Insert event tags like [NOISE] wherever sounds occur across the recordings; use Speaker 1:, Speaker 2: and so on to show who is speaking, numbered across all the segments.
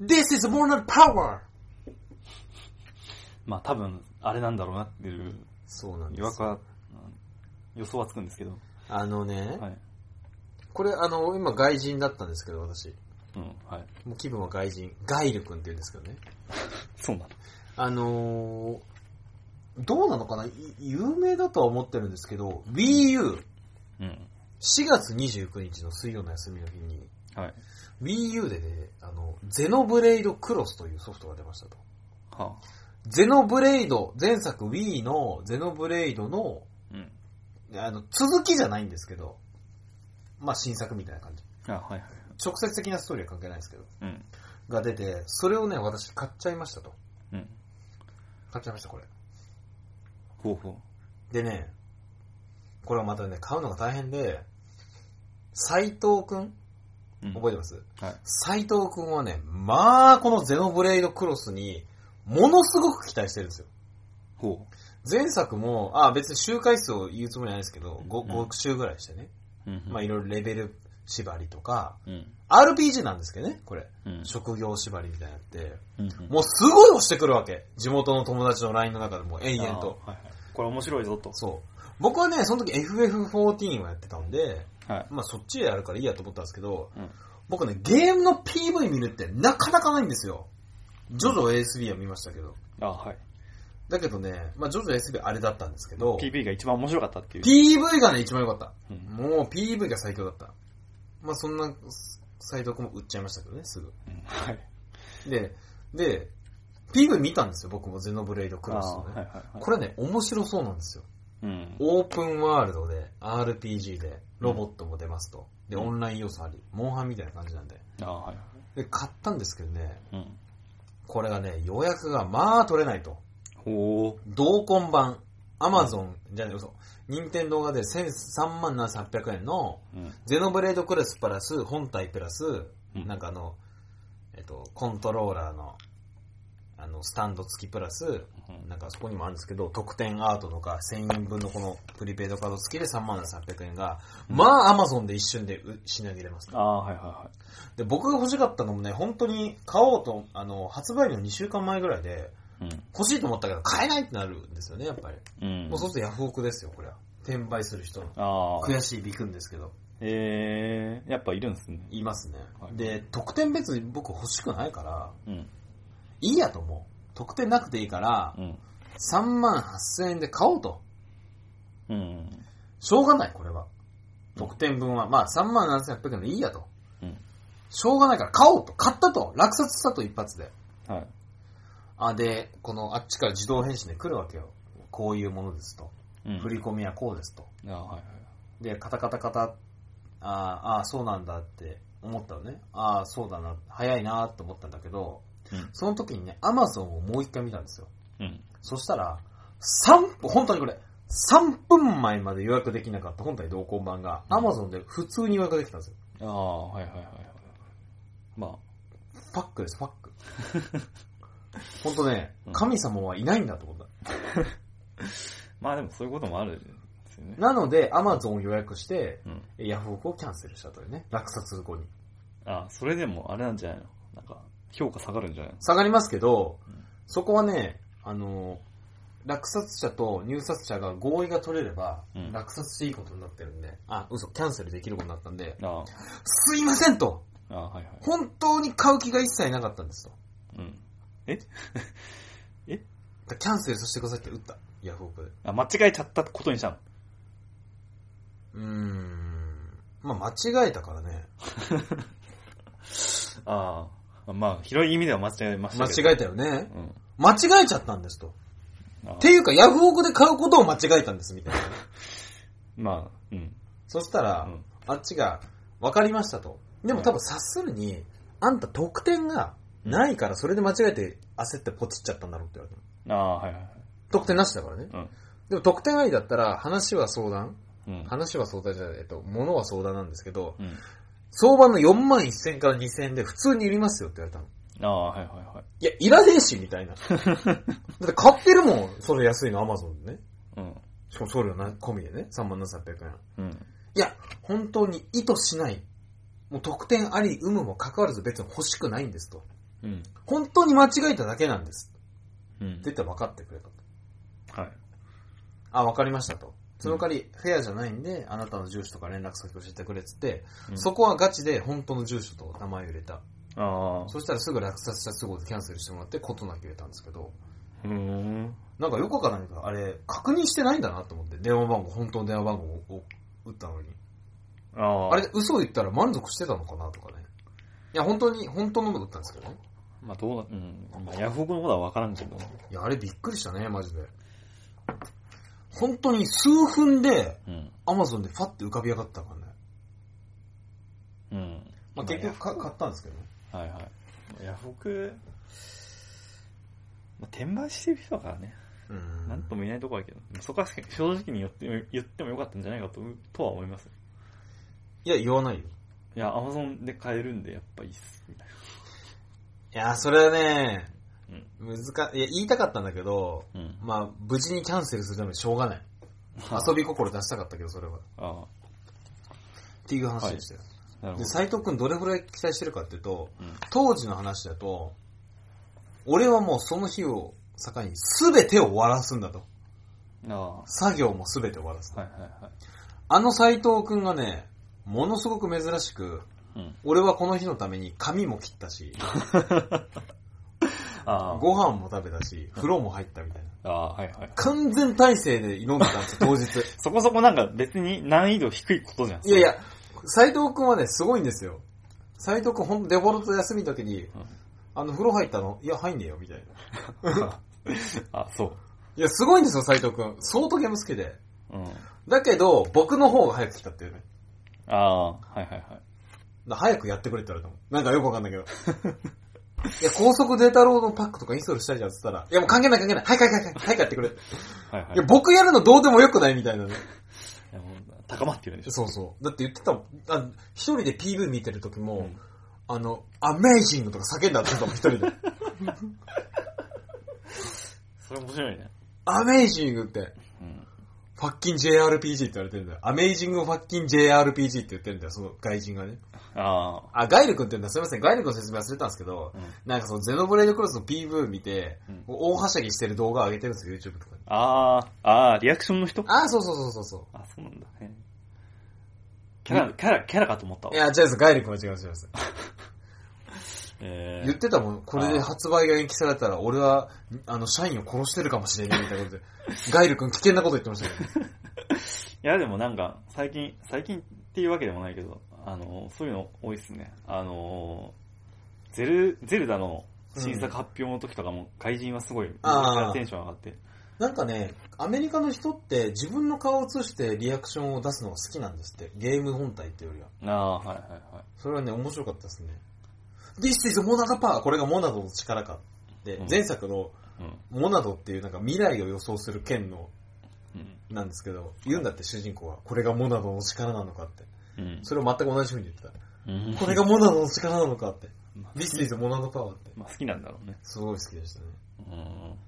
Speaker 1: This is Mortal Power!
Speaker 2: まあ多分、あれなんだろうなっていう、
Speaker 1: そうなん
Speaker 2: 違
Speaker 1: で
Speaker 2: 和
Speaker 1: すよ。
Speaker 2: 感、うん予想はつくんですけど。
Speaker 1: あのね、
Speaker 2: はい。
Speaker 1: これあの、今外人だったんですけど、私。
Speaker 2: うん、はい。
Speaker 1: もう気分は外人。ガイル君って言うんですけどね。
Speaker 2: そうなの。
Speaker 1: あのーどうなのかない有名だとは思ってるんですけど、Wii U、4
Speaker 2: うん。
Speaker 1: 月29日の水曜の休みの日に、
Speaker 2: はい。は
Speaker 1: Wii U でね、あの、ゼノブレイドクロスというソフトが出ましたと。
Speaker 2: あ。
Speaker 1: ゼノブレイド、前作 Wii のゼノブレイドの、
Speaker 2: うん。
Speaker 1: あの、続きじゃないんですけど、まあ新作みたいな感じ。
Speaker 2: あ、はいはい。
Speaker 1: 直接的なストーリーは関係ないですけど、
Speaker 2: うん。
Speaker 1: が出て、それをね、私買っちゃいましたと。
Speaker 2: うん。
Speaker 1: 買っちゃいました、これ。
Speaker 2: ほうほう。
Speaker 1: でね、これはまたね、買うのが大変で、斎藤くん
Speaker 2: うん、
Speaker 1: 覚えてます
Speaker 2: はい。
Speaker 1: 斎藤くんはね、まあ、このゼノブレイドクロスに、ものすごく期待してるんですよ。
Speaker 2: ほ
Speaker 1: 前作も、あ別に周回数を言うつもりはないですけど、
Speaker 2: う
Speaker 1: 5,
Speaker 2: ん
Speaker 1: 週ぐらいしてね。
Speaker 2: う。うん。
Speaker 1: まあ、いろいろレベル縛りとか、
Speaker 2: うん。
Speaker 1: RPG なんですけどね、これ。
Speaker 2: うん。
Speaker 1: 職業縛りみたいなのって。
Speaker 2: うん。
Speaker 1: もうすごい押してくるわけ。地元の友達の LINE の中でもう延々と。
Speaker 2: あ。はいはい。これ面白いぞと。
Speaker 1: そう。僕はね、その時 FF14 をやってたんで、
Speaker 2: はい。
Speaker 1: まあそっちでやるからいいやと思ったんですけど、
Speaker 2: うん
Speaker 1: 僕ね、ゲームの PV 見るってなかなかないんですよ。ジョジョ ASB は見ましたけど。
Speaker 2: あ、はい。
Speaker 1: だけどね、まあジョジョ ASB あれだったんですけど、
Speaker 2: PV が一番面白かったっていう。
Speaker 1: PV がね、一番良かった。
Speaker 2: うん。
Speaker 1: もう PV が最強だった。まあそんな、斎藤君も売っちゃいましたけどね、すぐ。
Speaker 2: うんはい。
Speaker 1: で、で、PV 見たんですよ、僕もゼノブレイドクロス
Speaker 2: あ
Speaker 1: を
Speaker 2: ー
Speaker 1: ね。
Speaker 2: はいはいはい。
Speaker 1: これね、面白そうなんですよ。
Speaker 2: うん。
Speaker 1: オープンワールドで、RPG で、ロボットも出ますと。で、オンライン要素あり、モンハンみたいな感じなんで。
Speaker 2: あーはい。
Speaker 1: で、買ったんですけどね、
Speaker 2: うん。
Speaker 1: これがね、予約がまあ取れないと。
Speaker 2: ほ
Speaker 1: 同梱版、アマゾン、じゃない、嘘。任天堂がで3万7800円の、
Speaker 2: う。うん。
Speaker 1: ゼノブレードクレスプラス、本体プラス、
Speaker 2: うん
Speaker 1: なんかあの、えっと、コントローラーの、あの、スタンド付きプラス、
Speaker 2: うん
Speaker 1: なんかそこにもあるんですけど、特典アートとか1000円分のこのプリペイドカード付きで3万300円が、まあ、アマゾンで一瞬でう品切れます。
Speaker 2: ああ、はいはいは
Speaker 1: で、僕が欲しかったのもね、本当に買おうと、あの、発売日の2週間前ぐらいで、
Speaker 2: い。
Speaker 1: 欲しいと思ったけど、買えないってなるんですよね、やっぱり。
Speaker 2: うん。うん。
Speaker 1: もうそうするとヤフオクですよ、これは。転売する人の。
Speaker 2: ああ。
Speaker 1: 悔しいびくんですけど。
Speaker 2: ええー、やっぱいるんですね。
Speaker 1: いますね。
Speaker 2: はい
Speaker 1: で、得点別に僕欲しくないから、
Speaker 2: うん。
Speaker 1: いいやと思う。得点なくていいから
Speaker 2: う、ん。
Speaker 1: 3万8000円で買おうと。
Speaker 2: うん。
Speaker 1: しょうがない、これは。得点分は。まあ、3万7800円でいいやと。
Speaker 2: うん。
Speaker 1: しょうがないから買おうと。買ったと。落札したと、一発で。
Speaker 2: はい。
Speaker 1: あ、で、この、あっちから自動返信で来るわけよ。こういうものですと。
Speaker 2: うん。
Speaker 1: 振り込みはこうですと。
Speaker 2: ああ、はいはい。
Speaker 1: で、カタカタカタ、あーあー、そうなんだって思ったのね。ああ、そうだな。早いなと思ったんだけど、その時にね、アマゾンをもう一回見たんですよ。
Speaker 2: うん。うん。
Speaker 1: そしたら、3分、本当にこれ、3分前まで予約できなかった本体同梱版が、アマゾンで普通に予約できたんですよ。
Speaker 2: ああ、はいはいはいはい。ま
Speaker 1: パックです、パック。 [LAUGHS] 本当ね
Speaker 2: う、ん
Speaker 1: 神様はいないんだと思った。
Speaker 2: あ、まあでもそういうこともあるんですよね。
Speaker 1: なので、アマゾンを予約して、
Speaker 2: うん。
Speaker 1: ヤフオクをキャンセルしたというね、落札後に。
Speaker 2: ああ、それでもあれなんじゃないのなんか、評価下がるんじゃないの
Speaker 1: 下がりますけど
Speaker 2: うん、
Speaker 1: そこはね、あの、落札者と入札者が合意が取れれば
Speaker 2: う、ん
Speaker 1: 落札していいことになってるんで、あ、嘘、キャンセルできることになったんで、
Speaker 2: あ
Speaker 1: すいませんと
Speaker 2: あ、ああ、はいはい。
Speaker 1: 本当に買う気が一切なかったんですと。
Speaker 2: うん。
Speaker 1: だキャンセルさせてくださいって打った。ヤフオクで。
Speaker 2: あ、間違えちゃったことにしたの。
Speaker 1: うーん。まあ、間違えたからね。
Speaker 2: ああ、まあ、広い意味では間違えました
Speaker 1: 間
Speaker 2: けど。
Speaker 1: 違えたよね。
Speaker 2: え。うん。
Speaker 1: 間違えちゃったんですと。
Speaker 2: ああ
Speaker 1: っていうか、ヤフオクで買うことを間違えたんです、みたい
Speaker 2: [LAUGHS]
Speaker 1: な。
Speaker 2: まあ、うん。
Speaker 1: そしたら、
Speaker 2: うん
Speaker 1: あっちが、わかりましたと。でも多分察するに、あんた得点がないから、それで間違えて焦ってポチっちゃったんだろうって言われたの。
Speaker 2: ああ、はいはいはい。
Speaker 1: 得点なしだからね。
Speaker 2: うん。
Speaker 1: でも得点ありだったら、話は相談
Speaker 2: うん。
Speaker 1: 話は相談じゃない、えっと、物は相談なんですけど、
Speaker 2: うん。
Speaker 1: 相場の4万1000円から2000円で普通にいりますよって言われたの。
Speaker 2: ああ、はいはいはい。
Speaker 1: いや、いらねえし、みたい
Speaker 2: [LAUGHS]
Speaker 1: な。だって買ってるもん、それ安いの、アマゾンでね。
Speaker 2: うん。
Speaker 1: しかも送料な込みでね、3万7800円。
Speaker 2: うん。
Speaker 1: いや、本当に意図しない。もう特典あり、有無も関わらず別に欲しくないんですと。
Speaker 2: うん。
Speaker 1: 本当に間違えただけなんです。
Speaker 2: う
Speaker 1: っ
Speaker 2: ん
Speaker 1: て言。ったら分かってくれと。
Speaker 2: はい。
Speaker 1: あ、分かりましたと。その代わり、フェアじゃないんで、あなたの住所とか連絡先教えてくれっつって、
Speaker 2: うん
Speaker 1: そこはガチで本当の住所と名前を入れた。
Speaker 2: ああ。
Speaker 1: そしたらすぐ落札した都合でキャンセルしてもらって、ことなく入れたんですけど、
Speaker 2: うーん。
Speaker 1: なんかよくわからないけど、あれ、確認してないんだなと思って、電話番号、本当の電話番号を打ったのに。
Speaker 2: ああ。
Speaker 1: あれ、嘘言ったら満足してたのかなとかね。いや、本当に、本当のものだったんですけどね。
Speaker 2: まあ、どうな、うん。まあ、ヤフオクのことはわからんけど。
Speaker 1: いや、あれびっくりしたね、マジで。本当に数分で、
Speaker 2: うん。
Speaker 1: アマゾンでファッて浮かび上がったからね。
Speaker 2: うん。
Speaker 1: まあ、
Speaker 2: 今
Speaker 1: 結局か買ったんですけどね。
Speaker 2: はいはい。ヤフオク、まあ、転売してる人だからね。
Speaker 1: うん。
Speaker 2: なんとも言えないところだけど、そこは正直に言って言ってもよかったんじゃないかととは思います。
Speaker 1: いや、言わないよ。
Speaker 2: いや、アマゾンで買えるんで、やっぱいいっす、みたい
Speaker 1: いや、それはね、難いや、言いたかったんだけど、
Speaker 2: な。うん。
Speaker 1: まあ、無事にキャンセルするためにしょうがない。遊び心出したかったけど、それは。っ
Speaker 2: あ
Speaker 1: ていう話でしたよ。
Speaker 2: あ、なるほ
Speaker 1: で、
Speaker 2: ど。
Speaker 1: 斎藤くんどれぐらい期待してるかっていうと、
Speaker 2: うん
Speaker 1: 当時の話だと、俺はもうその日を境に全てを終わらすんだと。
Speaker 2: ああ、は
Speaker 1: 作業も全て終わらす。
Speaker 2: いは
Speaker 1: あの斎藤くんがね、ものすごく珍しく、
Speaker 2: いはい。うん。
Speaker 1: 俺はこの日のために髪も切ったし、
Speaker 2: あ
Speaker 1: ご飯も食べたし、風呂も入ったみたいな。
Speaker 2: あ、ああ、はいはい。
Speaker 1: 完全体制で挑んでたんですよ、当
Speaker 2: [LAUGHS]
Speaker 1: 日。
Speaker 2: そこそこなんか別に難易度低いことじゃん。
Speaker 1: いやいや、斎藤くんはね、すごいんですよ。斎藤くんほんとデフォルト休みの時に、あの、風呂入ったのいや、入んねえよ、みたいな。
Speaker 2: あ、そう。
Speaker 1: いや、すごいんですよ、斎藤くん。相当ゲーム好きで。
Speaker 2: うん。
Speaker 1: だけど、僕の方が早く来たっていうね。
Speaker 2: ああ、はいはいはい。
Speaker 1: だ早くやってくれって言われたもん。なんかよくわかんないけど。いや、高速データロードパックとかインストールしたいじゃんって言ったら、いやもう関係ない関係ない。早く早く早く早くやってくれって。
Speaker 2: はいはい
Speaker 1: いや、。僕やるのどうでもよくないみたいなね。
Speaker 2: いやもう高まってるでしょ。
Speaker 1: そうそう。だって言ってたもん。あ一人で PV 見てる時も、
Speaker 2: うん
Speaker 1: あの、アメイジングとか叫んだって言ってたもん、一人で。
Speaker 2: それ面白いね。
Speaker 1: アメイジングって、
Speaker 2: うん。
Speaker 1: ファッキン JRPG って言われてるんだよ。アメイジングファッキン JRPG って言ってるんだよ、その外人がね。
Speaker 2: あ
Speaker 1: あ、ガイル君って言うんだ、すいません、ガイル君の説明忘れたんですけど
Speaker 2: あ、、うん。
Speaker 1: なんかそのゼノブレイドクロスの PV 見て、
Speaker 2: うん
Speaker 1: 大はしゃぎしてる動画上げてるんですよ、YouTube とかに。
Speaker 2: ああ、ああ、リアクションの人
Speaker 1: あー、そうそうそうそうそ
Speaker 2: あ、そうなんだ。へえキャラ、キャラ、キャラかと思った
Speaker 1: う。
Speaker 2: わ
Speaker 1: い。や、違うんです、ガイル君は違います、違います。
Speaker 2: えー
Speaker 1: 言ってたもん、これで発売が延期されたら、俺は、あの、社員を殺してるかもしれないみたいなことで、ガイル君危険なこと言ってました [LAUGHS] けど。
Speaker 2: いや、でもなんか、最近、最近っていうわけでもないけど、あの、そういうの多いっすね。あの、ゼル、ゼルダの新作発表の時とかも、怪人はすごい、
Speaker 1: あー
Speaker 2: からテンション上がって。
Speaker 1: なんかね、アメリカの人って自分の顔を映してリアクションを出すのが好きなんですって。ゲーム本体っていうよりは。
Speaker 2: ああ、はいはいはい。
Speaker 1: それはね、面白かったですね。This is Monada Power! これがモナドの力か。で
Speaker 2: うん、
Speaker 1: 前作の
Speaker 2: うん。
Speaker 1: モナドっていうなんか未来を予想する剣の、
Speaker 2: うん
Speaker 1: なんですけど、言うんだって主人公は。これがモナドの力なのかって。
Speaker 2: うん
Speaker 1: それを全く同じ風に言ってた。
Speaker 2: うん。
Speaker 1: これがモナドの力なのかって。
Speaker 2: まあ、
Speaker 1: This is Monada Power って。
Speaker 2: まあ、好きなんだろうね。
Speaker 1: すごい好きでしたね。
Speaker 2: うん。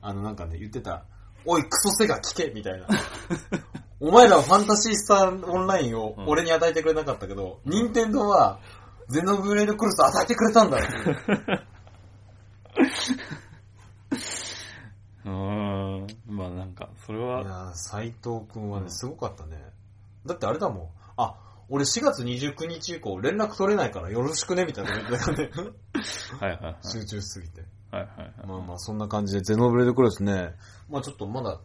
Speaker 1: あのなんかね、言ってた、おい、クソセガ聞けみたいな。お前らはファンタシースターオンラインを俺に与えてくれなかったけど、任天堂は、ゼノブレードクロス与えてくれたんだっていう
Speaker 2: うーん。まあなんか、それ
Speaker 1: いや
Speaker 2: は、
Speaker 1: ー、斎藤くんは
Speaker 2: うん
Speaker 1: ね、すごかったね。だってあれだもん。あ、俺4月29日以降連絡取れないからよろしくねみたいなこと言ってたね。
Speaker 2: はいはいはい。
Speaker 1: 集中しすぎて。
Speaker 2: はいはいはい。
Speaker 1: まあまあそんな感じで、ゼノブレードクロスね。まあちょっとまだ、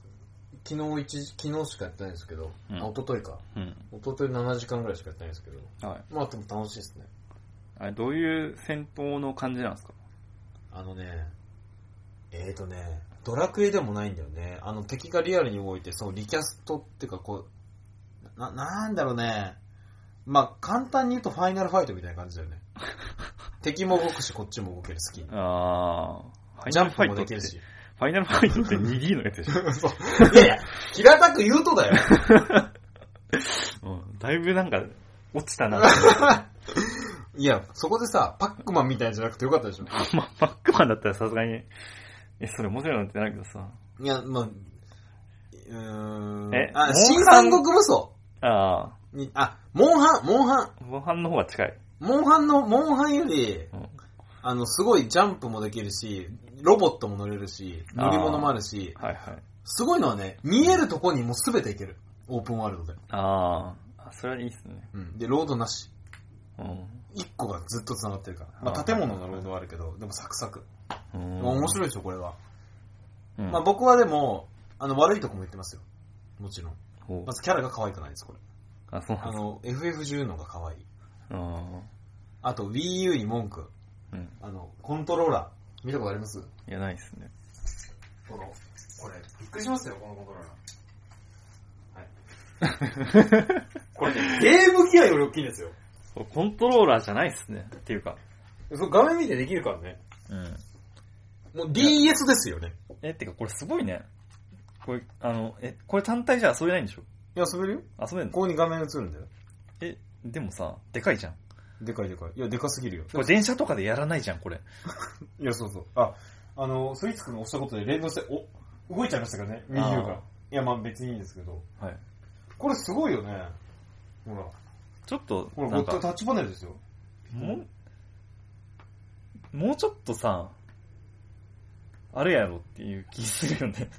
Speaker 1: 昨日一時、昨日しかやってないんですけど、
Speaker 2: うん
Speaker 1: あ、一昨日か。
Speaker 2: うん。
Speaker 1: 一昨日7時間ぐらいしかやってないんですけど。
Speaker 2: はい。
Speaker 1: まあでも楽しいですね。
Speaker 2: あれ、どういう戦闘の感じなんですか
Speaker 1: あのね、えーとね、ドラクエでもないんだよね。あの敵がリアルに動いて、そう、リキャストっていうかこう、な、なんだろうね。まあ簡単に言うとファイナルファイトみたいな感じだよ [LAUGHS] ね。敵も動くし、こっちも動ける、好きに。
Speaker 2: ああ、ファイ
Speaker 1: ジ
Speaker 2: ナ
Speaker 1: ャ
Speaker 2: ル
Speaker 1: ン
Speaker 2: ファ
Speaker 1: プ
Speaker 2: イ
Speaker 1: もで
Speaker 2: トっ
Speaker 1: き
Speaker 2: て
Speaker 1: る、し。
Speaker 2: ファイナルファイトって 2D のやつでしょ。
Speaker 1: [LAUGHS] そういやいや、平たく言うとだよ。
Speaker 2: うん、だいぶなんか、落ちた [LAUGHS] なって。
Speaker 1: いや、そこでさ、パックマンみたいじゃなくてよかったでしょ。
Speaker 2: ま、バックマンだったらさすがに、え、それ面白いのってなるけどさ。
Speaker 1: いや、まあ、うーん。
Speaker 2: えモンハン
Speaker 1: あ、新三国武装
Speaker 2: あ
Speaker 1: に、あ、モンハン、モンハン。
Speaker 2: あ、モンハンの方が近い。
Speaker 1: モンハンの、モンハンより、
Speaker 2: うん
Speaker 1: あの、すごいジャンプもできるし、ロボットも乗れるし、乗り物もあるし、
Speaker 2: はいはい。
Speaker 1: すごいのはね、見えるとこにもう全ていける。オープンワールドで。
Speaker 2: あーあ、それはいいっすね。
Speaker 1: うん。で、ロードなし。
Speaker 2: うん。
Speaker 1: 一個がずっと繋がってるから。ま
Speaker 2: あ
Speaker 1: あ、
Speaker 2: ー
Speaker 1: 建物のロードはあるけど、でもサクサク。
Speaker 2: うん、
Speaker 1: 面白いでしょ、これは。
Speaker 2: うん。
Speaker 1: まあ、僕はでも、あの、悪いとこも言ってますよ。もちろん。
Speaker 2: ほう
Speaker 1: まずキャラが可愛くないです、これ。
Speaker 2: あ、そうな
Speaker 1: あ
Speaker 2: んです
Speaker 1: の、FF10 のが可愛い。
Speaker 2: あー
Speaker 1: あと、Wii U に文句。
Speaker 2: うん。
Speaker 1: あの、コントローラー。見たことあります
Speaker 2: いや、ないっすね。
Speaker 1: この、これ、びっくりしますよ、このコントローラー。はい。これね、ゲーム機はより大きいんですよ。
Speaker 2: これコントローラーじゃないっすね。っていうか。
Speaker 1: そう画面見てできるからね。
Speaker 2: うん。
Speaker 1: もう DS ですよね。
Speaker 2: え、ってかこれすごいね。これ、あの、え、これ単体じゃ遊べないんでしょ
Speaker 1: いや、遊べるよ。
Speaker 2: 遊べんの
Speaker 1: ここに画面映るんだよ。
Speaker 2: え、でもさ、でかいじゃん。
Speaker 1: でかいでかい。いや、でかすぎるよ。
Speaker 2: これ電車とかでやらないじゃん、これ。
Speaker 1: いや、そうそう。あ、あの、スイーツ君が押したことで連動して、お、動いちゃいましたけどね、右
Speaker 2: あー
Speaker 1: が。いや、まあ別にいいんですけど。
Speaker 2: はい。
Speaker 1: これすごいよね。ほら、
Speaker 2: ちょっと、
Speaker 1: ほら、
Speaker 2: な
Speaker 1: こ
Speaker 2: ん
Speaker 1: れタ
Speaker 2: か、
Speaker 1: ッチパネルですよ。
Speaker 2: もう、もうちょっとさ、あれやろっていう気するよ [LAUGHS] ね。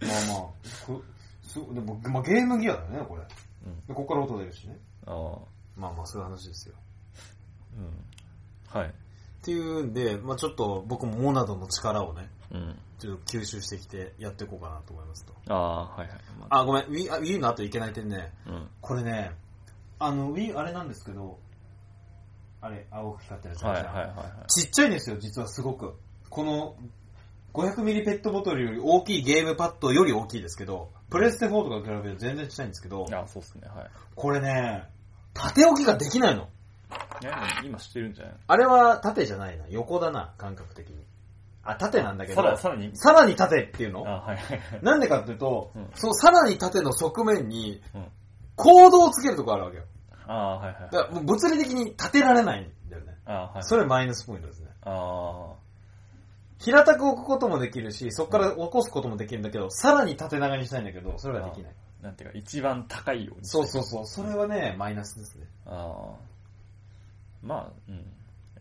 Speaker 1: まあまあ、こすでも、まあ、ゲームギアだよね、これ。
Speaker 2: うん
Speaker 1: で、ここから音出るしね。
Speaker 2: ああ、
Speaker 1: まあまあ、そういう話ですよ。
Speaker 2: うん。はい。
Speaker 1: っていうんで、まあちょっと僕もモナドの力をね、
Speaker 2: うん。
Speaker 1: ちょっと吸収してきてやっていこうかなと思いますと。
Speaker 2: ああ、はいはい。まあ、
Speaker 1: あ、ごめん、Wii あ Wii の後いけない点ね。
Speaker 2: うん。
Speaker 1: これね、あの、Wii あれなんですけど、あれ、青く光ってるやつあ
Speaker 2: は
Speaker 1: る
Speaker 2: い
Speaker 1: じゃん
Speaker 2: はいはいは
Speaker 1: ちっちゃいんですよ、実はすごく。この、500ミリペットボトルより大きいゲームパッドより大きいですけど、プレステ4とかと比べると全然ちっちゃいんですけど
Speaker 2: い。、ああ、そうっすね、はい。
Speaker 1: これね、縦置きができないの。
Speaker 2: いやでも今してるんじゃないの
Speaker 1: あれは縦じゃないな、横だな、感覚的に。あ、縦なんだけど、
Speaker 2: さら、さらに、
Speaker 1: さらに縦っていう
Speaker 2: あ
Speaker 1: の
Speaker 2: あ、はいはいはい。
Speaker 1: なんでかっていうと、
Speaker 2: うん
Speaker 1: そのさらに縦の側面に
Speaker 2: うん、
Speaker 1: コードをつけるとこあるわけよ。
Speaker 2: ああ、はいはい
Speaker 1: だ
Speaker 2: は
Speaker 1: から
Speaker 2: い。
Speaker 1: もう物理的に立てられないんだよね。
Speaker 2: ああ、はい。
Speaker 1: それマイナスポイントですね。
Speaker 2: あ
Speaker 1: 平たく置くこともできるし、そこから起こすこともできるんだけど、さらに縦長にしたいんだけど、それはできない。
Speaker 2: あ、なんていうか、一番高いように。
Speaker 1: そうそうそう。それはね、マイナスですね。
Speaker 2: ああ。まあ、うん。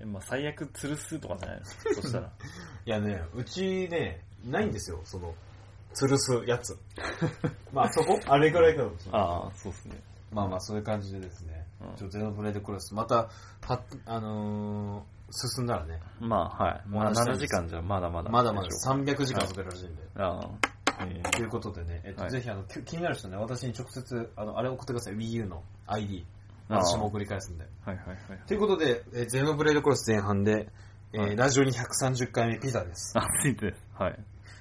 Speaker 2: えまあ、最悪吊るすとかじゃないのそし
Speaker 1: [LAUGHS]
Speaker 2: たら。
Speaker 1: いやね、うちね、ないんですよ、その、吊るすやつ。まあそこあれぐらいかもしれない。
Speaker 2: ああ、そうですね。
Speaker 1: まあまあそういう感じでですね、
Speaker 2: うん
Speaker 1: ちょっとゼノブレイドクロス、また、はあのー、進んだらね、
Speaker 2: まあ、はい。
Speaker 1: まあ7時間
Speaker 2: じゃまだま
Speaker 1: まだまだ
Speaker 2: でしょ
Speaker 1: 300時間遊べるらしいんで。
Speaker 2: ああ。え
Speaker 1: ということでね、えっと
Speaker 2: はい
Speaker 1: ぜひあのき気になる人ね、私に直接、あの、あれ送ってください、Wii U の ID。
Speaker 2: ああ
Speaker 1: 私も送り返すんで。
Speaker 2: はいはいはい。 [LAUGHS]
Speaker 1: ということで、えーゼノブレードクロス前半で、えー
Speaker 2: はい
Speaker 1: ラジオに130回目ピザです。
Speaker 2: あ、ついてる。はい。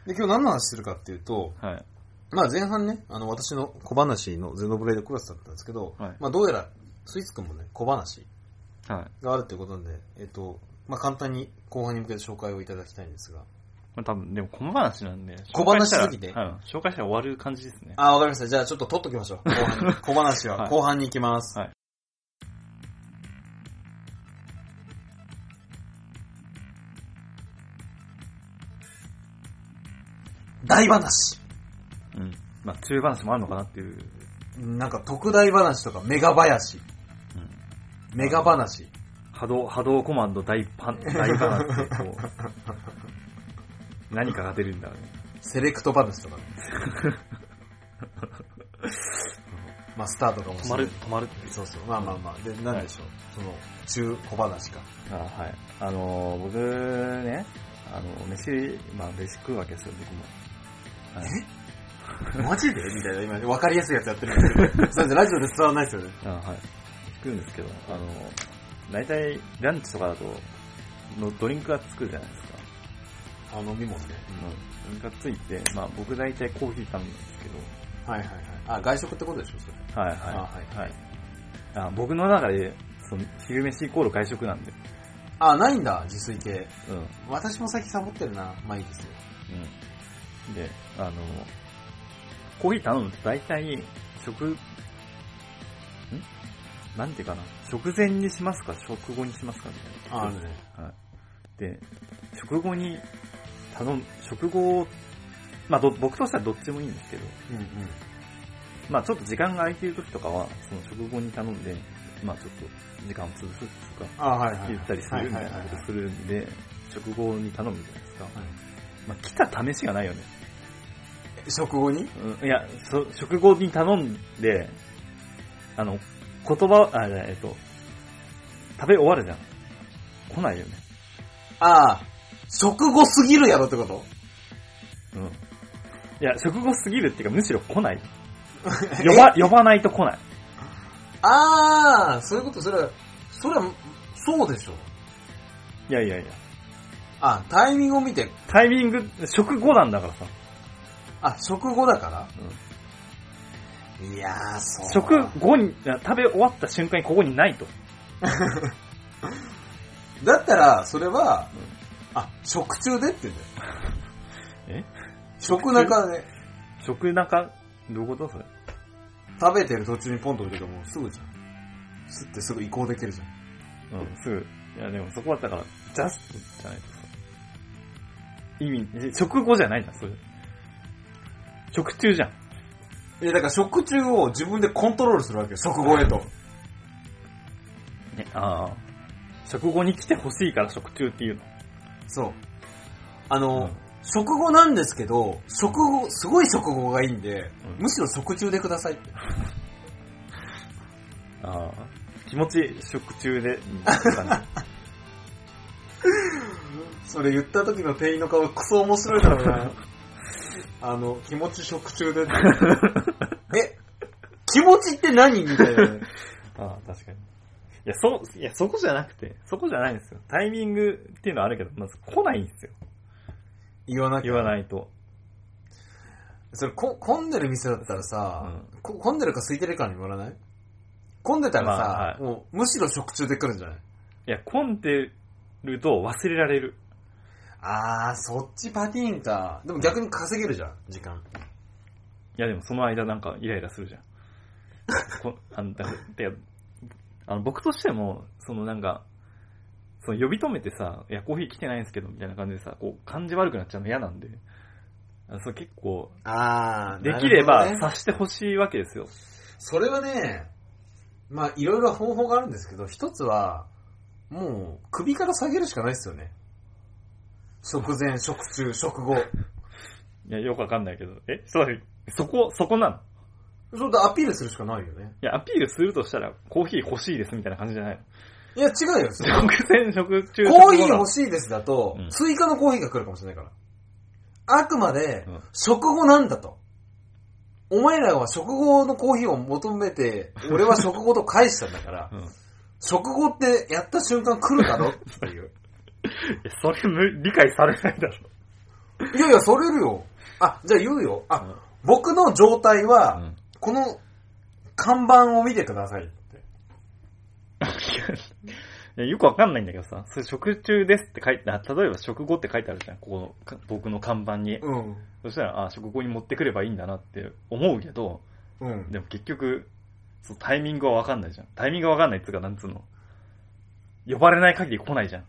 Speaker 1: で、今日何の話するかっていうと、
Speaker 2: はい。
Speaker 1: まあ前半ね、あの私の小話のゼノブレードクロスだったんですけど、
Speaker 2: はい
Speaker 1: まあどうやらスイーツくんもね、小話
Speaker 2: はい。
Speaker 1: があるということで、えっ、と、まあ簡単に後半に向けて紹介をいただきたいんですが。
Speaker 2: まあ、多分、でも小話なんで。
Speaker 1: 小話すぎて
Speaker 2: 紹介したらうん。紹介したら終わる感じですね。
Speaker 1: あー、わかりました。じゃあちょっと取っときましょう。後半
Speaker 2: [LAUGHS]
Speaker 1: に小話は
Speaker 2: はい
Speaker 1: 後半に行きます。
Speaker 2: はい
Speaker 1: 大話
Speaker 2: うん。まあ、中話もあるのかなっていう。
Speaker 1: なんか特大話とかメガ話。
Speaker 2: うん。
Speaker 1: メガ話。
Speaker 2: 波動、波動コマンド大パ [LAUGHS] ン、大パンってこう、何かが出るんだろうね。
Speaker 1: セレクト話と
Speaker 2: [LAUGHS]
Speaker 1: かね。まあ、スタートかもしれ
Speaker 2: 止ま
Speaker 1: ない。
Speaker 2: る、止まるって。
Speaker 1: そうそう。まあまあまあ。で、なんでしょう。その、中小話か。
Speaker 2: あはい。あのー、僕ね、あの、飯、まあ、飯食うわけですよ、僕も。はい、
Speaker 1: [LAUGHS] マジでみたいな、今、わかりやすいやつやってるんです
Speaker 2: [LAUGHS]
Speaker 1: けど。そうですラジオで伝わらないですよね。
Speaker 2: あはい。食うんですけど、あの、大体、ランチとかだと、のドリンクがつくじゃないですか。
Speaker 1: あ、飲み物ね。
Speaker 2: ドリンクがついて、まあ、僕大体コーヒー頼むんですけど、
Speaker 1: はいはいはい。あ、外食ってことでしょ、それ。
Speaker 2: はいはい。
Speaker 1: あはい
Speaker 2: はい。あ僕の中で、その、昼飯イコール外食なんで。
Speaker 1: あ、ないんだ、自炊系。
Speaker 2: うん。うん。
Speaker 1: 私も最近サボってるな。まあいいですよ。
Speaker 2: で、あの、コーヒー頼むと大体、食、んなんていうかな。食前にしますか、食後にしますかみたいな。
Speaker 1: あ、あるね。
Speaker 2: はい。で、食後に頼む、食後、まあど、僕としてはどっちもいいんですけど、
Speaker 1: うんうん。
Speaker 2: まあちょっと時間が空いてる時とかは、その食後に頼んで、まあちょっと時間を潰すとか
Speaker 1: あはいはい。
Speaker 2: 言ったりするみたいな
Speaker 1: はいはい
Speaker 2: こ
Speaker 1: は
Speaker 2: とするんで、食後に頼むじゃないですか。
Speaker 1: はい
Speaker 2: まあ来た試しがないよね。
Speaker 1: 食後に
Speaker 2: うん、いやそ、食後に頼んで、あの、言葉、あ、じゃあえっと、食べ終わるじゃん。来ないよね。
Speaker 1: ああ、食後すぎるやろってこと
Speaker 2: うん。いや、食後すぎるっていうか、むしろ来 [LAUGHS] ない。呼ば、呼ばないと来ない。
Speaker 1: ああ、そういうこと、それは、それは、そうでしょ。
Speaker 2: いやいやいや。
Speaker 1: あ、タイミングを見て、
Speaker 2: タイミング、食後なんだからさ。
Speaker 1: あ、食後だから、いやー、そう。
Speaker 2: 食後に、いや食べ終わった瞬間にここにないと。
Speaker 1: だったら、それは、あ、食中でって言うんだよ。 [LAUGHS]
Speaker 2: え
Speaker 1: 食中で、
Speaker 2: 食中、どういうことそれ。
Speaker 1: 食べてる途中にポンと置いてもうすぐじゃん。すってすぐ移行できるじゃん。
Speaker 2: うん、すぐ。いや、でもそこはだから、ジャストじゃないとさ。意味、え食後じゃないじゃん、それ。食中じゃん。
Speaker 1: いや、だから食中を自分でコントロールするわけよ、食後へと。
Speaker 2: ね、ああ。食後に来てほしいから食中っていうの。
Speaker 1: そう。あの、
Speaker 2: うん
Speaker 1: 食後なんですけど、食後、すごい食後がいいんで、
Speaker 2: うん
Speaker 1: むしろ食中でくださいって。
Speaker 2: ああ。気持ちいい、食中で。う
Speaker 1: それ言った時の店員の顔クソ面白いだろう
Speaker 2: [LAUGHS]
Speaker 1: な。あの、気持ち食中でって。え、気持ちって何
Speaker 2: [LAUGHS]
Speaker 1: みたいなね。
Speaker 2: ん、ああ、確かに。いや、そう、いや、そこじゃなくて、そこじゃないんですよ。タイミングっていうのはあるけど、まず来ないんですよ。
Speaker 1: 言わなき
Speaker 2: 言
Speaker 1: ゃ。
Speaker 2: わないと。
Speaker 1: それこ、混んでる店だったらさ、こ混んでるか空いてるかにもよらない混んでたらさ、
Speaker 2: まあはい
Speaker 1: もうむしろ食中で来るんじゃない
Speaker 2: いや、混んでると忘れられる。
Speaker 1: あー、そっちパティーンか。でも逆に稼げるじゃん、時間。
Speaker 2: いや、でもその間なんかイライラするじゃん。こ [LAUGHS] あのだからであの僕としても、そのなんか、その呼び止めてさ、いや、コーヒー来てないんですけど、みたいな感じでさ、こう、感じ悪くなっちゃうの嫌なんで、あのそれ結構、
Speaker 1: あー、
Speaker 2: できれば
Speaker 1: なるほどね
Speaker 2: 察してほしいわけですよ。
Speaker 1: それはね、まあいろいろ方法があるんですけど、一つは、もう首から下げるしかないですよね。食前、食中、食後。
Speaker 2: いや、よくわかんないけど、え、そう、そこ、そこなの
Speaker 1: そうだ、アピールするしかないよね。
Speaker 2: いや、アピールするとしたら、コーヒー欲しいですみたいな感じじゃない
Speaker 1: いや、違うよ。それ
Speaker 2: の。食前、食中、
Speaker 1: コーヒー
Speaker 2: 食後なの
Speaker 1: 欲しいですだと、
Speaker 2: うん
Speaker 1: 追加のコーヒーが来るかもしれないから。あくまで
Speaker 2: うん、
Speaker 1: 食後なんだと。お前らは食後のコーヒーを求めて、俺は食後と返したんだから、
Speaker 2: うん。い
Speaker 1: 食後ってやった瞬間来るだろっていう。
Speaker 2: や、それ無、理解されないだろ。
Speaker 1: いやいや、それるよ。あ、じゃあ言うよ。あ、
Speaker 2: うん
Speaker 1: 僕の状態は、
Speaker 2: うん
Speaker 1: この看板を見てくださいって。
Speaker 2: いやよくわかんないんだけどさ、それ食中ですって書いて、あ例えば食後って書いてあるじゃん、ここのか、僕の看板に。
Speaker 1: うん。
Speaker 2: そしたら、あ、食後に持ってくればいいんだなって思うけど、
Speaker 1: うん。
Speaker 2: でも結局、そうタイミングはわかんないじゃん。タイミングはわかんないっつうか、なんつうの。呼ばれない限り来ないじゃん。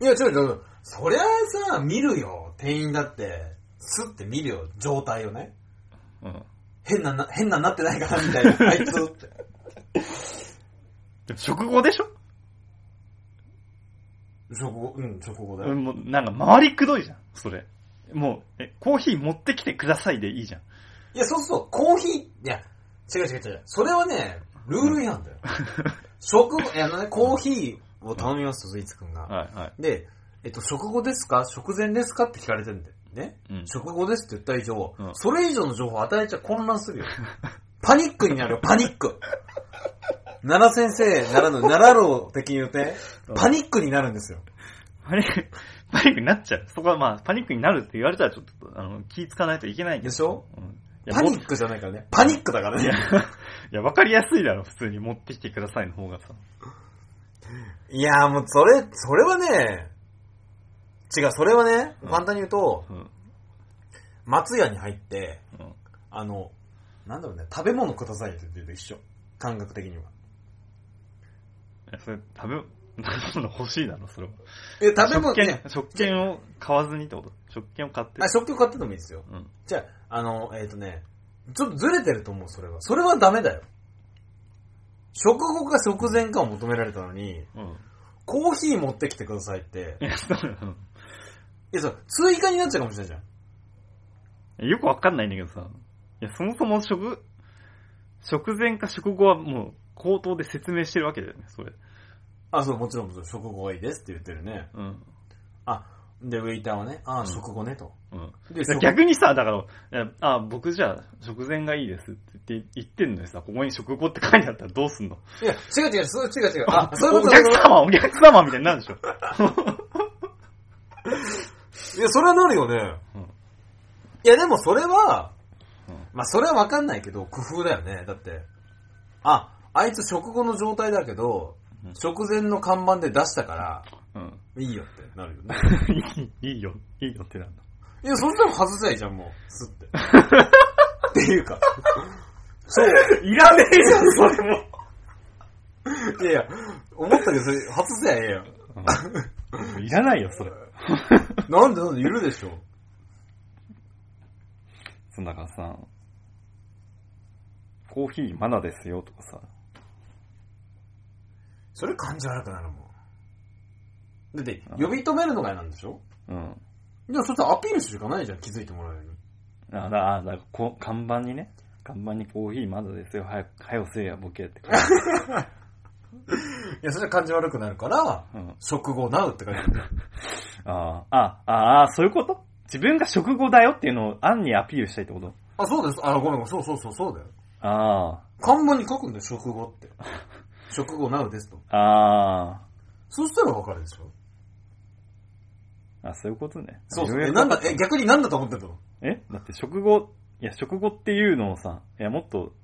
Speaker 1: いや、ちょっと、そりゃあさ、見るよ。店員だって、スッて見るよ。状態をね。
Speaker 2: うん。
Speaker 1: 変なな、変なになってないかな、みたい
Speaker 2: [LAUGHS]
Speaker 1: な。あいつって。
Speaker 2: でも食後でしょ
Speaker 1: 食後、うん、食後だ
Speaker 2: う
Speaker 1: よ。
Speaker 2: んもうなんか回りくどいじゃん、それ。もう、え、コーヒー持ってきてくださいでいいじゃん。
Speaker 1: いや、そうすると、コーヒー、いや、違う違う違う。それはね、ルール違反だよ。食後、いや、ね、コーヒーを頼みますと、スイーツくんが。
Speaker 2: はいはい。
Speaker 1: で、えっと、食後ですか食前ですかって聞かれてんだよ。ね、
Speaker 2: うん
Speaker 1: 食後ですって言った以上、
Speaker 2: うん
Speaker 1: それ以上の情報与えちゃ混乱するよ。 [LAUGHS] パニックになるよ、パニック。奈良先生ならぬ、奈良郎的に言うて、パニックになるんですよ。
Speaker 2: パニック、パニックになっちゃう。そこはまあ、パニックになるって言われたらちょっと、あの、気ぃつかないといけないけど。
Speaker 1: でしょ
Speaker 2: うん。いや
Speaker 1: パニ
Speaker 2: も
Speaker 1: ックじゃないからね。パニックだから
Speaker 2: いや
Speaker 1: ね。、
Speaker 2: [LAUGHS] いや、わかりやすいだろ、普通に持ってきてくださいの方がさ。
Speaker 1: いやーもうそれ、それはね、違う、それはね、
Speaker 2: うん
Speaker 1: 簡単に言うと、
Speaker 2: うん。
Speaker 1: 松屋に入って、
Speaker 2: うん。
Speaker 1: あの、なんだろうね、食べ物くださいって言ってると一緒。感覚的には。
Speaker 2: いやそれ、食べ、食べ物欲しいだろ、それは。
Speaker 1: え、食べ物、
Speaker 2: 食
Speaker 1: ね
Speaker 2: 券、、食券を買わずにってこと食券を買って。
Speaker 1: あ、食器を買っててもいいですよ。
Speaker 2: うん。
Speaker 1: じゃあ、あの、えっ、とね、ちょっとずれてると思う、それは。それはダメだよ。食後か食前かを求められたのに、
Speaker 2: うん。
Speaker 1: コーヒー持ってきてくださいって。
Speaker 2: いや、そうなの
Speaker 1: いや、それ追加になっちゃうかもしれないじゃん。
Speaker 2: よくわかんないんだけどさ。いや、そもそも食、食前か食後はもう口頭で説明してるわけだよね、それ。
Speaker 1: あ、そう、もちろん、もちろん食後がいいですって言ってるね。
Speaker 2: うん。
Speaker 1: で、ウェイターはね、あ
Speaker 2: う
Speaker 1: あ、
Speaker 2: ん
Speaker 1: 食後ねと。
Speaker 2: うん。
Speaker 1: で、
Speaker 2: だ
Speaker 1: 食
Speaker 2: 逆にさ、だから、いやあ、僕じゃあ食前がいいですって言って言ってんのにさ、ここに食後って書いてあったらどうすんの
Speaker 1: いや、違う違う、そう違う違う。あ、そういう
Speaker 2: お
Speaker 1: こと
Speaker 2: 客様、お客様みたいになるでしょ。
Speaker 1: いや、それはなるよね。
Speaker 2: うん
Speaker 1: いや、でもそれは
Speaker 2: うん、
Speaker 1: まあそれはわかんないけど、工夫だよね。だって、あ、あいつ食後の状態だけど
Speaker 2: うん、
Speaker 1: 食前の看板で出したから、
Speaker 2: うん。
Speaker 1: いいよってなるよ
Speaker 2: [LAUGHS]
Speaker 1: ね。
Speaker 2: いいいいよ、いいよってなんだ。
Speaker 1: いや、そんなの外せばいいじゃん、もう。す
Speaker 2: [LAUGHS]
Speaker 1: って。っていうか。そう。
Speaker 2: いらねえじゃん、それも。
Speaker 1: いやいや、思ったけど、それ外せやええやん。
Speaker 2: いらないよ、それ。
Speaker 1: なんでなんで、いるでしょ。
Speaker 2: そんだからさ、コーヒーまだですよとかさ、
Speaker 1: それ感じ悪くなるもん。だって、呼び止めるのが嫌なんでしょ
Speaker 2: うん。
Speaker 1: じゃあ、そしたらアピールするしかないじゃん、気づいてもらうように。
Speaker 2: あ、だ、あ、だ、こ看板にね、看板にコーヒーまだですよ、早く、早くせえや、ボケって書いて
Speaker 1: いや、それは感じ悪くなるから、
Speaker 2: ある。うん。
Speaker 1: 食後なうって書いてある。
Speaker 2: ああ、ああ、あそういうこと自分が食後だよっていうのを暗にアピールしたいってこと
Speaker 1: あ、そうです。あ、ごめんごめん。そうそうそう、そうだよ。
Speaker 2: あ
Speaker 1: 看板に書くんだよ、食後
Speaker 2: [LAUGHS]
Speaker 1: って。食後なうですと。
Speaker 2: あ、あ
Speaker 1: そうしたらわかるでしょ。
Speaker 2: あ、あ、そういうことね。
Speaker 1: そうそ
Speaker 2: よ
Speaker 1: う。
Speaker 2: や
Speaker 1: え、
Speaker 2: く
Speaker 1: なんだ、え、逆になんだと思ってたの
Speaker 2: えだって食後、いや、食後っていうのをさ、いや、もっと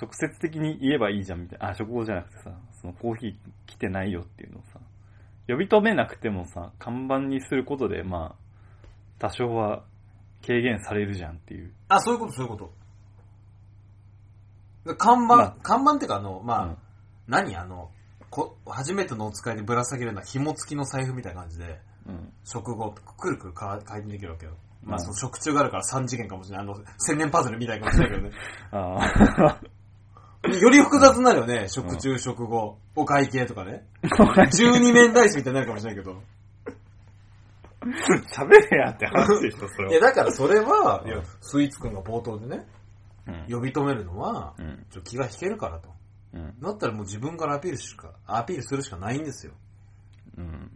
Speaker 2: 直接的に言えばいいじゃんみたいな。あ、食後じゃなくてさ、そのコーヒー来てないよっていうのをさ、呼び止めなくてもさ、看板にすることで、まあ、多少は軽減されるじゃんっていう。
Speaker 1: あ、そういうこと、そういうこと。で看板、
Speaker 2: まあ
Speaker 1: 看板ってか、あの、まあ、
Speaker 2: うん
Speaker 1: 何あの、こ、初めてのお使いでぶら下げるような紐付きの財布みたいな感じで、
Speaker 2: うん。
Speaker 1: 食後、くるくるか回転できるわけよ。ま
Speaker 2: う
Speaker 1: あ、
Speaker 2: ん
Speaker 1: その食中があるから3次元かもしれない。あの、千年パズルみたいかもしれないけどね。
Speaker 2: あ [LAUGHS] あ、
Speaker 1: より複雑になるよね。食中、食後、お会計とかね。12面返しみたいになるかもしれないけど。
Speaker 2: 喋れやって話でしょ、そ
Speaker 1: い
Speaker 2: れ
Speaker 1: や、
Speaker 2: は。
Speaker 1: だからそれは、
Speaker 2: うん
Speaker 1: いやスイーツくんが冒頭でね、
Speaker 2: うん
Speaker 1: 呼び止めるのは、
Speaker 2: うん。
Speaker 1: ちょっと気が引けるからと。
Speaker 2: うん。
Speaker 1: だったらもう自分からアピールしか、アピールするしかないんですよ。
Speaker 2: うん。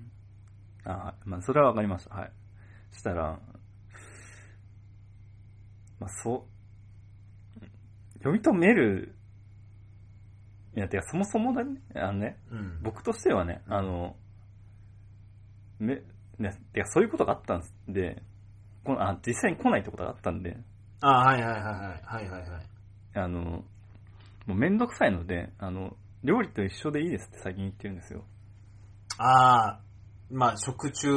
Speaker 2: あはいまあ、それはわかりました。はい。したら、まあ、そう、読み止める、いや、てか、そもそもだね、あのね、
Speaker 1: うん。
Speaker 2: 僕としてはね、あの、め、ね、てか、そういうことがあったんで、このあ実際に来ないってことがあったんで、
Speaker 1: あ、はいはいはいはい。はいはいはい。
Speaker 2: あの、もうめんどくさいので、あの、料理と一緒でいいですって最近言ってるんですよ。
Speaker 1: ああ、まあ、食中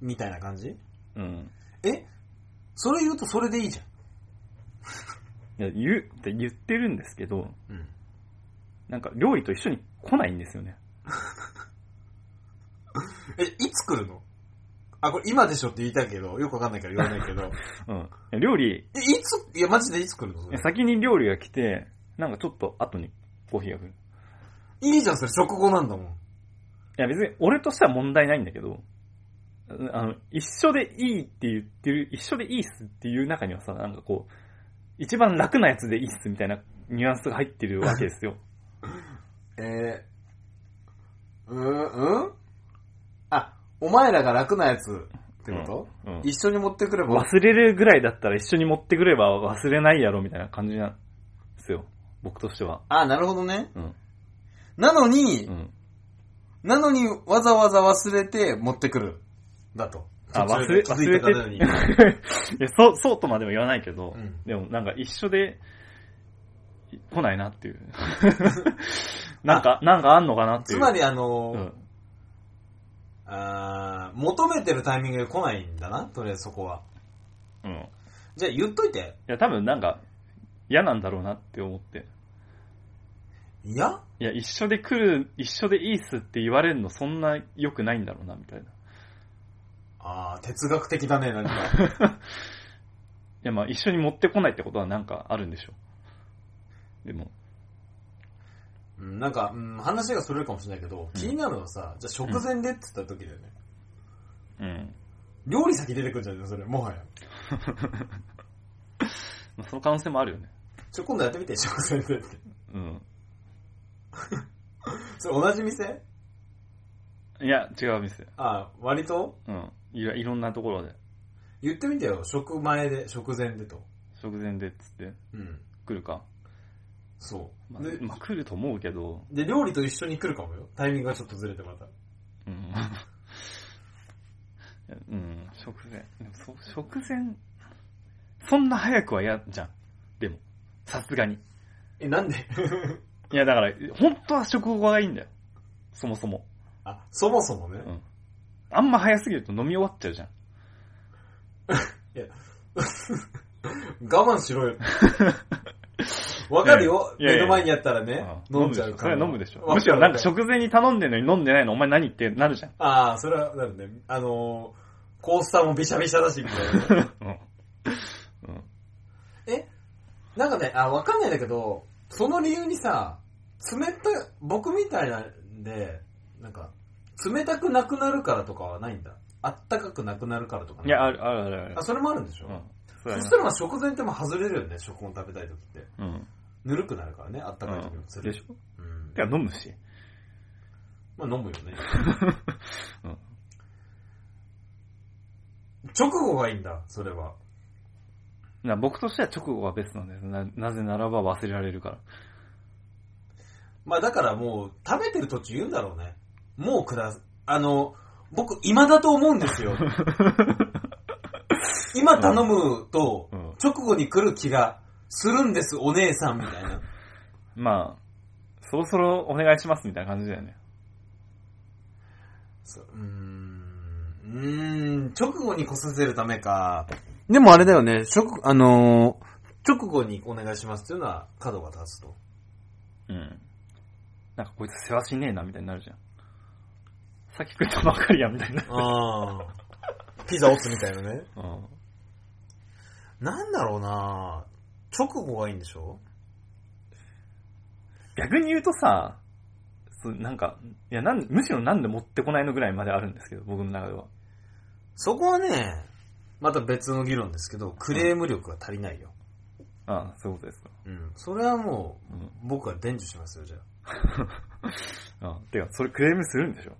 Speaker 1: みたいな感じ
Speaker 2: うん。
Speaker 1: えそれ言うとそれでいいじ
Speaker 2: いや、言うって言ってるんですけど、
Speaker 1: ゃん。うん。
Speaker 2: なんか料理と一緒に来ないんですよね。
Speaker 1: え、いつ来るのあ、これ今でしょって言いたいけど、よくわかんないから言わないけど。 [LAUGHS]
Speaker 2: うん。料理、
Speaker 1: え、いつ、いや、マジでいつ来るのそれ。
Speaker 2: 先に料理が来て、なんかちょっと後にコーヒーが来る。
Speaker 1: いいじゃん、それ食後なんだもん。
Speaker 2: いや別に俺としては問題ないんだけど、あの、一緒でいいって言ってる、一緒でいいっすっていう中にはさ、なんかこう、一番楽なやつでいいっすみたいなニュアンスが入ってるわけですよ。
Speaker 1: えー、うーん、うんあ、お前らが楽なやつってこと、
Speaker 2: うんうん
Speaker 1: 一緒に持ってくれば
Speaker 2: 忘れるぐらいだったら一緒に持ってくれば忘れないやろみたいな感じなんですよ。僕としては。
Speaker 1: あ、なるほどね。
Speaker 2: うん。
Speaker 1: なのに、
Speaker 2: うん。
Speaker 1: なのにわざわざ忘れて持ってくる。だと。
Speaker 2: あ、忘
Speaker 1: 途中で
Speaker 2: れ、忘
Speaker 1: 気づ
Speaker 2: れ
Speaker 1: いたかのよう
Speaker 2: て。
Speaker 1: に
Speaker 2: [LAUGHS] いや、そう、そうとまでは言わないけど、
Speaker 1: うん
Speaker 2: でもなんか一緒で、い来ない
Speaker 1: [LAUGHS]
Speaker 2: なっていう。なんか、なんかあんのかなって
Speaker 1: つ
Speaker 2: いう。
Speaker 1: まりあの
Speaker 2: う
Speaker 1: ー
Speaker 2: ん。
Speaker 1: あー求めてるタイミングで来ないんだな、とりあえずそこは。
Speaker 2: うん。い
Speaker 1: じゃあ言っといて。
Speaker 2: や、多分なんか、嫌なんだろうなって思って。
Speaker 1: いや
Speaker 2: いや、一緒で来る、一緒でいいっすって言われるのそんな良くないんだろうな、みたいな。い
Speaker 1: ああ、哲学的だね、何 [LAUGHS] か。
Speaker 2: や、まあ一緒に持ってこないってことはなんかあるんでしょう。でも、
Speaker 1: ううん、なんか、うん、話がそれるかもしれないけど、
Speaker 2: うん
Speaker 1: 気になるのはさ、じゃあ食前でって言った時だよね。
Speaker 2: うん。
Speaker 1: 料理先出てくるんじゃないのそれ、もはや。
Speaker 2: まあ、その可能性もあるよね。
Speaker 1: ちょ、今度やってみて、 [LAUGHS] 食前でって。
Speaker 2: うん。
Speaker 1: それ同じ店
Speaker 2: いや、違う店。
Speaker 1: あ、割と
Speaker 2: うん。いろいろんなところで、
Speaker 1: 言ってみてよ、食前で、食前でと。
Speaker 2: 食前でっつって、
Speaker 1: うん。
Speaker 2: 来るか。
Speaker 1: そう。
Speaker 2: まあ
Speaker 1: で、
Speaker 2: まあ、来ると思うけど、
Speaker 1: で、料理と一緒に来るかもよ。タイミングがちょっとずれてまた。
Speaker 2: うん。いやうん、 [LAUGHS] 食前。でもそ食前、そんな早くは嫌じゃん。でも、さすがに。
Speaker 1: え、なんで [LAUGHS]
Speaker 2: いや、だから、本当は食後がいいんだよ。そもそも。
Speaker 1: あ、そもそもね。
Speaker 2: うん。あんま早すぎると飲み終わっちゃうじゃん。
Speaker 1: 我慢しろよ。わかるよ。
Speaker 2: いやい
Speaker 1: 目
Speaker 2: やいや
Speaker 1: の前にやったらね、飲んじゃう
Speaker 2: でしょそ
Speaker 1: か
Speaker 2: れ
Speaker 1: ら。
Speaker 2: は飲むでしょ。
Speaker 1: わ
Speaker 2: むしろな
Speaker 1: わ
Speaker 2: んか
Speaker 1: る
Speaker 2: 食前に頼んでんのに飲んでないのお前何ってなるじゃん。
Speaker 1: ああ、それは、なるね。あのー、コースターもびしゃびしゃだし、みたい
Speaker 2: [LAUGHS]
Speaker 1: な。
Speaker 2: うん。うん。
Speaker 1: なんかね、あ、わかんないんだけど、その理由にさ、冷た、僕みたいなんで、なんか、冷たくなくなるからとかはないんだ。あったかくなくなるからとか
Speaker 2: いや、あ
Speaker 1: る。
Speaker 2: るあるあるある
Speaker 1: あ、。それもあるんでしょ、
Speaker 2: うん。そ
Speaker 1: そう
Speaker 2: だね
Speaker 1: したらまあ食前っても外れるよね、食を食べたい時って。
Speaker 2: うん。
Speaker 1: ぬるくなるからね、あったかい時もす
Speaker 2: で
Speaker 1: る
Speaker 2: しょ
Speaker 1: うん
Speaker 2: いや、飲むし。
Speaker 1: まあ飲むよ [LAUGHS] ね。
Speaker 2: うん
Speaker 1: 直後がいいんだ、それは。
Speaker 2: な僕としては直後がベストなんですな。なぜならば忘れられるから。
Speaker 1: まあだからもう、食べてる途中言うんだろうね。もうくだ、あの、僕今だと思うんです [LAUGHS] よ。今頼むと
Speaker 2: う、ん。
Speaker 1: 直後に来る気がするんです、お姉さんみたいな。
Speaker 2: まあ、そろそろお願いしますみたいな感じだよね。
Speaker 1: そううーん、うーん、直後に来させるためか。でもあれだよね、直、あの直後にお願いしますっていうのは角が立つと。
Speaker 2: うん。なんかこいつ世話しねえなみたいになるじゃん。さっき食ったばっかりやみ
Speaker 1: [LAUGHS]
Speaker 2: たいな。
Speaker 1: ああ。ピザオツみたいなね。
Speaker 2: うん。
Speaker 1: なんだろうな直後がいいんでしょ
Speaker 2: 逆に言うとさ、そうなんか、いやなん、むしろなんで持ってこないのぐらいまであるんですけど、僕の中では。
Speaker 1: そこはね、また別の議論ですけど、クレーム力が足りないよ。
Speaker 2: ああ、そういうことですか。
Speaker 1: うん。それはもう、
Speaker 2: うん。
Speaker 1: 僕は伝授しますよ、じゃあ。
Speaker 2: ああてか、それクレームするんでしょ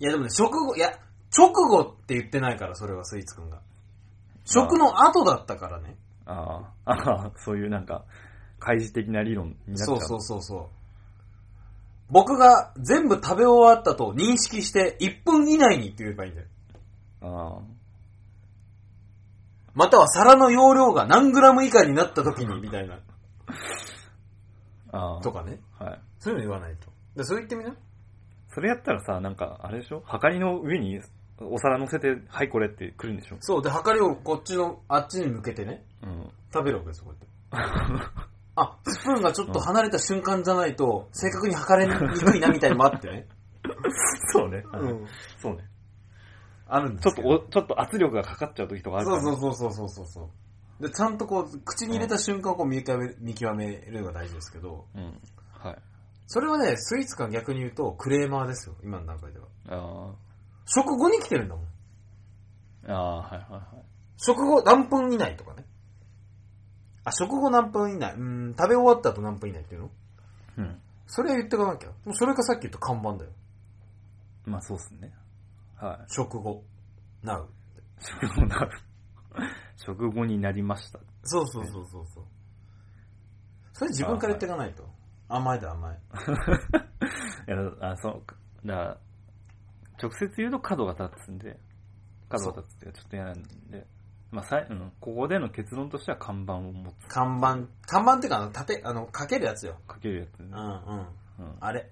Speaker 1: いやでもね、食後、いや、直後って言ってないから、それはスイーツくんが。食の後だったからね。
Speaker 2: ああ、ああ、そういうなんか、開示的な理論になっちゃ
Speaker 1: そうそうそうそう。僕が全部食べ終わったと認識して1分以内にって言えばいいんだよ。
Speaker 2: ああ。
Speaker 1: または皿の容量が何グラム以下になった時にみたいな。
Speaker 2: ああ。
Speaker 1: と。かね。
Speaker 2: はい。
Speaker 1: そういうの言わないと。で、そう言ってみな。
Speaker 2: それやったらさ、なんか、あれでしょはかりの上にお皿乗せて、はいこれって来るんでしょ
Speaker 1: そう、で、はかりをこっちの、あっちに向けてね、
Speaker 2: うん。
Speaker 1: 食べるわけですよ、こうやって。 [LAUGHS] あ、スプーンがちょっと離れた瞬間じゃないと、正確に測れにくいなみたいにもあって [LAUGHS] ね。
Speaker 2: そうね。
Speaker 1: う
Speaker 2: うん。
Speaker 1: ん。
Speaker 2: そうね。
Speaker 1: あるんで
Speaker 2: ちょ
Speaker 1: す
Speaker 2: っ
Speaker 1: け
Speaker 2: と
Speaker 1: ど
Speaker 2: お、ちょっと圧力がかかっちゃう時とかあるから、
Speaker 1: そうそうそうそうそうそう。で、ちゃんとこう、口に入れた瞬間をこう見極め、見極めるのが大事ですけど、
Speaker 2: う。うん。はい。
Speaker 1: それはね、スイーツ感逆に言うと、クレーマーですよ、今の段階では。
Speaker 2: あ
Speaker 1: 食後に来てるんだもん。
Speaker 2: あ。ああ、はいはいはい。
Speaker 1: 食後何分以内とかね。あ、食後何分以内。うーん、食べ終わった後何分以内っていうの
Speaker 2: うん。
Speaker 1: それは言ってかなきゃ。もうそれかさっき言った看板だよ。
Speaker 2: まあそうっすね。はい。 [LAUGHS]
Speaker 1: 食後。なう。
Speaker 2: 食後なる。食後になりました。
Speaker 1: そうそうそうそうそう。それ自分から言ってかないと。甘えだ甘え。
Speaker 2: いや、あそう、だから、直接言うと角が立つんで、角が立つっていうかちょっと嫌なんで、まあ、さいうん、ここでの結論としては看板を持つ、
Speaker 1: 看板。看板っていうか、あの、縦、あの、かけるやつよ。
Speaker 2: かけるやつ
Speaker 1: うんうん。
Speaker 2: ね。うん、
Speaker 1: あれ。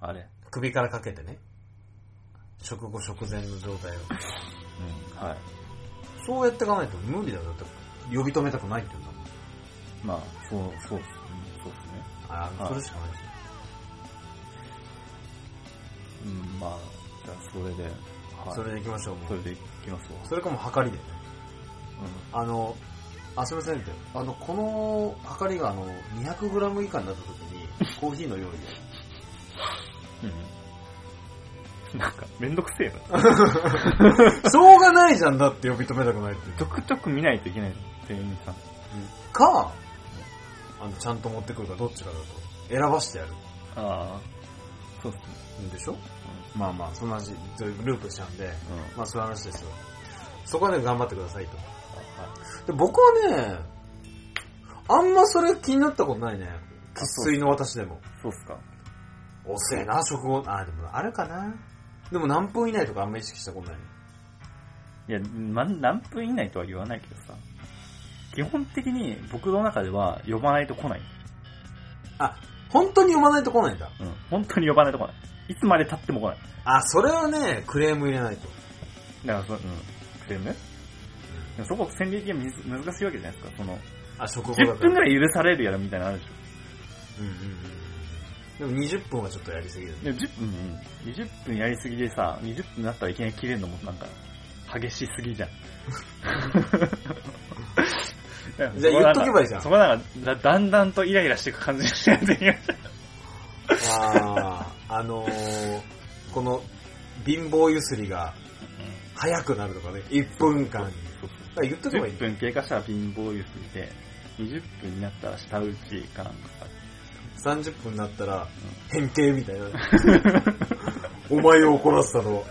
Speaker 2: あれ。
Speaker 1: 首からかけてね。食後食前の状態を。
Speaker 2: うん、はい。
Speaker 1: そうやってかないと無理だよ。だって、呼び止めたくないって言うんだもん。
Speaker 2: まあ、そう、そうっすね。そうっすね。
Speaker 1: あ
Speaker 2: は
Speaker 1: あ、
Speaker 2: い
Speaker 1: それしかない。
Speaker 2: うん、まあ、じゃあ、それで、はい。
Speaker 1: それで行きましょう、もう
Speaker 2: それでいきますわ。
Speaker 1: それかもうはかりでね。
Speaker 2: う
Speaker 1: あの、あ、すいませんって。あの、この測りがあの、200g 以下になった時 [LAUGHS] に、コーヒーの用意で。
Speaker 2: うん。なんか、めんどくせえ [LAUGHS] な。
Speaker 1: しょうがないじゃんだって呼び止めたくないっていう
Speaker 2: ちょくちょく見ないといけないの店員さん。
Speaker 1: か、あの、ちゃんと持ってくるかどっちかだと。選ばしてやる。
Speaker 2: ああ。そうっすね。
Speaker 1: んでしょまあまあ、そんな話、ループしちゃうんで、
Speaker 2: うん。うん。
Speaker 1: まあそういう話ですよ。そこはね、頑張ってくださいと。
Speaker 2: はい
Speaker 1: で僕はね、あんまそれ気になったことないね。
Speaker 2: あ
Speaker 1: 喫
Speaker 2: そう
Speaker 1: 水の私でも。
Speaker 2: そうっすか。
Speaker 1: 遅えな、食後。あ、でもあるかな。でも何分以内とかあんま意識したことないね。
Speaker 2: いや、ま、何分以内とは言わないけどさ。基本的に僕の中では呼ばないと来ない。
Speaker 1: 本当に読まないと来ないんだ。
Speaker 2: うん。本当に呼ばないと来ない。いつまで経っても来ない。
Speaker 1: あ、それはね、クレーム入れないと。
Speaker 2: だからそ、うん。クレームねでもそこ、線引きがみず難しいわけじゃないですか。その、
Speaker 1: あ、食後だ
Speaker 2: 10
Speaker 1: から
Speaker 2: 分ぐ。らい許されるやろみたいなのあるでし
Speaker 1: うんうんうん。でも20分はちょっとやりすぎるね。
Speaker 2: ょ。でも10分、うん。20分やりすぎでさ、20分になったらいきなり切れるのもなんか、激しすぎじゃん。じゃ
Speaker 1: [LAUGHS] じゃあ言っとけばいいじゃん
Speaker 2: そこなんか、だだんだんとイライラしていく感じがしてきました。
Speaker 1: あー、 [LAUGHS] あのー、この、貧乏ゆすりが早くなるとかね、1分間に。
Speaker 2: そうそう
Speaker 1: だから言っとけばいい
Speaker 2: 10
Speaker 1: んだよ。
Speaker 2: 分経過したら貧乏ゆすりで、20分になったら下打ちかなんかさ
Speaker 1: 30分になったら、変形みたいな。
Speaker 2: [LAUGHS]
Speaker 1: お前を怒らせたのは、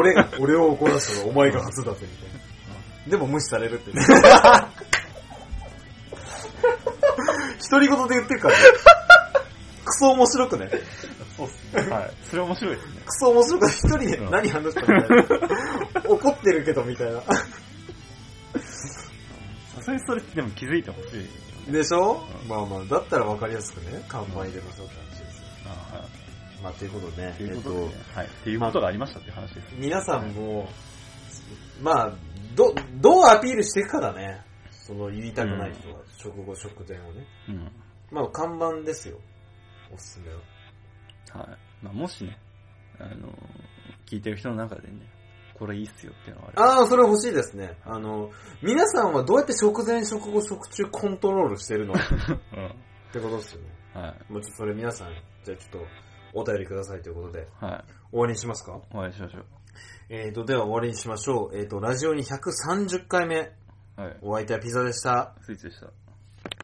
Speaker 1: 俺が、俺を怒らせたのはお前が初だぜ、みたいな。でも無視されるって
Speaker 2: [LAUGHS]
Speaker 1: ね。独り言で言ってるからね。クソ面白くね。
Speaker 2: そうっすね。はい。それ面白いですね。
Speaker 1: クソ面白くない。一人で
Speaker 2: うん
Speaker 1: 何話したみ
Speaker 2: [LAUGHS]
Speaker 1: たいな。怒ってるけどみたいな。
Speaker 2: さすがにそれってでも気づいてほしいよね。
Speaker 1: でしょ、
Speaker 2: うん
Speaker 1: まあまあ、だったらわかりやすくね、乾杯入れましょうって話ですよ。
Speaker 2: あはい
Speaker 1: まあ、ということでね、
Speaker 2: と
Speaker 1: え
Speaker 2: いう
Speaker 1: っ
Speaker 2: こと
Speaker 1: と
Speaker 2: でね、はい。っていうことがありましたっていう話です。
Speaker 1: 皆さんも、まあ、ど、どうアピールしていくかだね。その言いたくない人は、食後食前をね。
Speaker 2: うん。はい。
Speaker 1: まあ、看板ですよ。おすすめは。
Speaker 2: まあ、もしね、あのー、聞いてる人の中でね、これいいっすよっていうのがあれば
Speaker 1: ああ、それ欲しいですね。あの、皆さんはどうやって食前、食後、食中コントロールしてる [LAUGHS] のっ
Speaker 2: う
Speaker 1: てことですよね。
Speaker 2: ん。はい。
Speaker 1: もうちょっとそれ皆さん、じゃあちょっと、お便りくださいということで、
Speaker 2: はい。
Speaker 1: 終わりにしますか
Speaker 2: お会いしましょう。
Speaker 1: えーと、では終わりにしましょう。えーと、ラジオに130回目、
Speaker 2: はい。
Speaker 1: お相手はピザでした。
Speaker 2: スイッチでした。